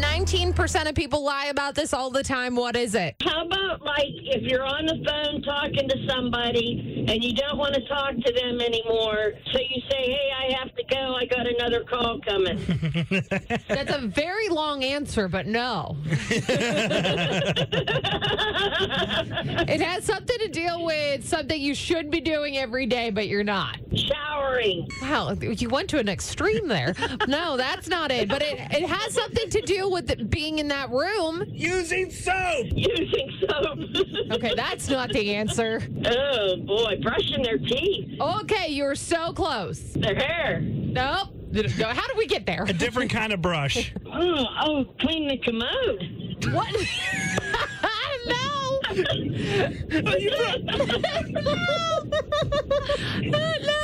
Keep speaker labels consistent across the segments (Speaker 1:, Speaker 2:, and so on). Speaker 1: 15% of people lie about this all the time. What is it?
Speaker 2: How about like if you're on the phone talking to somebody and you don't want to talk to them anymore, so you say, "Hey, I have to go. I got another call coming."
Speaker 1: That's a very long answer, but no. it has something to deal with something you should be doing every day, but you're not.
Speaker 2: Showering.
Speaker 1: Wow, you went to an extreme there. No, that's not it. But it, it has something to do with it being in that room.
Speaker 3: Using soap.
Speaker 2: Using soap.
Speaker 1: Okay, that's not the answer.
Speaker 2: oh boy, brushing their teeth,
Speaker 1: Okay, you were so close.
Speaker 2: their hair.
Speaker 1: Nope. No, how did we get there?
Speaker 3: A different kind of brush.
Speaker 2: Oh, oh, clean the commode.
Speaker 1: What? no.
Speaker 3: Oh, you brought-
Speaker 1: no, no, no.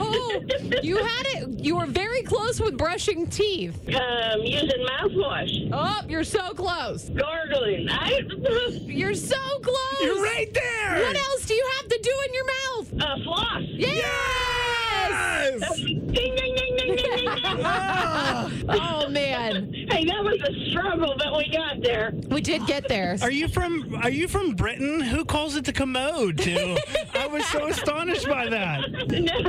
Speaker 1: Oh, you had it. You were very close with brushing teeth.
Speaker 2: Um, using mouthwash,
Speaker 1: Oh, you're so close.
Speaker 2: gargling. I,
Speaker 1: You're so close.
Speaker 3: you're right there.
Speaker 1: What else do you have to do in your mouth?
Speaker 2: uh, floss.
Speaker 1: Yes.
Speaker 3: Yes!
Speaker 2: Ding, ding, ding, ding, ding, ding, ding.
Speaker 3: Ah.
Speaker 1: Oh man,
Speaker 2: Hey, that was a struggle, but we got there.
Speaker 1: we did get there.
Speaker 3: Are you from Are you from Britain? Who calls it the commode? Too? I was so astonished by that.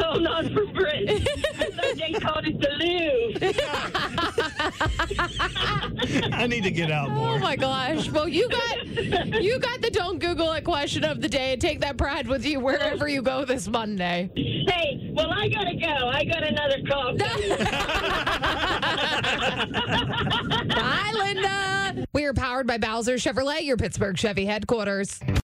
Speaker 2: No, not from Britain. I thought they called it the Louvre.
Speaker 3: I need to get out
Speaker 1: Oh
Speaker 3: more.
Speaker 1: my gosh. Well, you got you got the don't Google it question of the day. Take that pride with you wherever you go this Monday.
Speaker 2: Hey, well, I gotta go. I got another call.
Speaker 1: Bye, Linda. We are powered by Bowser Chevrolet, your Pittsburgh Chevy headquarters.